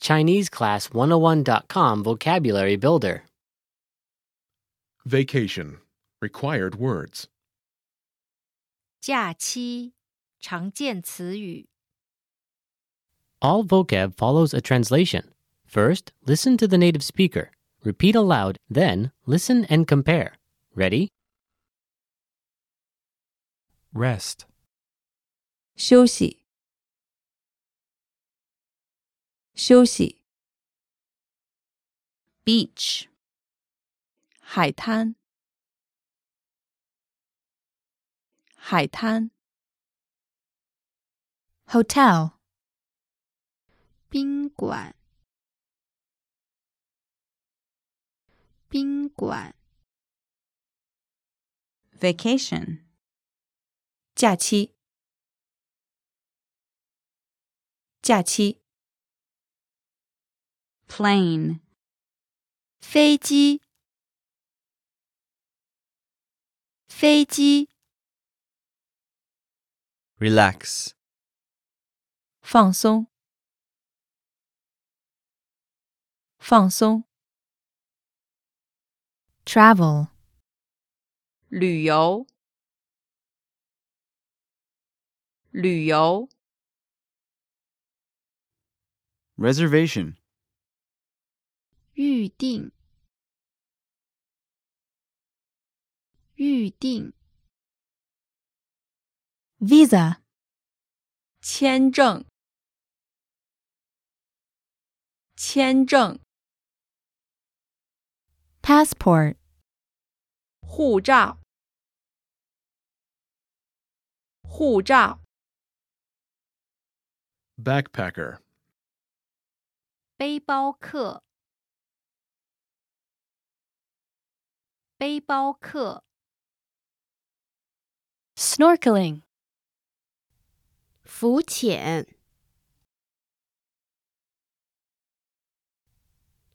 ChineseClass101.com Vocabulary Builder. Vacation. Required words. 假期常见词语， All vocab follows a translation. First, listen to the native speaker. Repeat aloud, then, listen and compare. Ready? rest, 休息，休息， beach 海滩，海滩， hotel, 宾馆，宾馆， vacation, 假期，假期， plane, 飞机，飞机， relax, 放松，放松， travel, 旅游，旅游， reservation, 预定，预定， visa, 签证，签证， passport, 护照，护照， Backpacker. 背包客，背包客， snorkeling, 浮潜，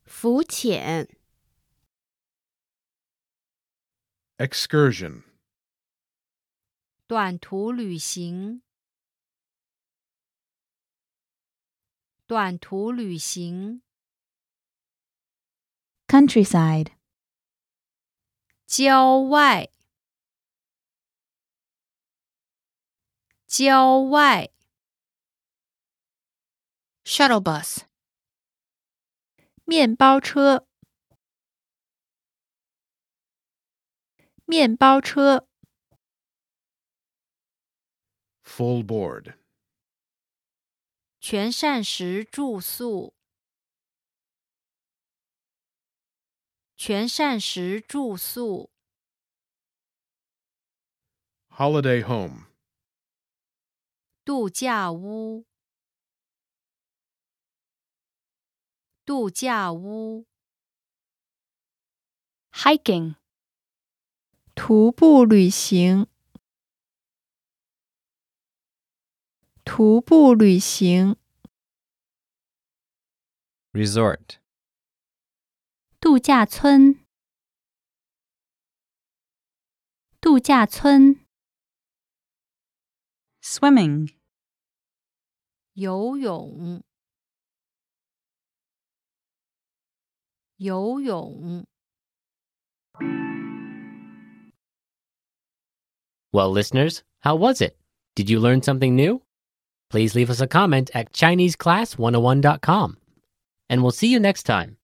浮潜， Excursion. 短途旅行，短途旅行， countryside, 郊外，郊外， shuttle bus, 面包车，面包车， Full board. 全膳食住宿，全膳食住宿， Holiday home. 度假屋，度假屋， hiking, 徒步旅行，徒步旅行， resort, 度假村，度假村，swimming, 游泳，游泳， Well, listeners, how was it? Did you learn something new? oh Please leave us a comment at ChineseClass101.com. And we'll see you next time.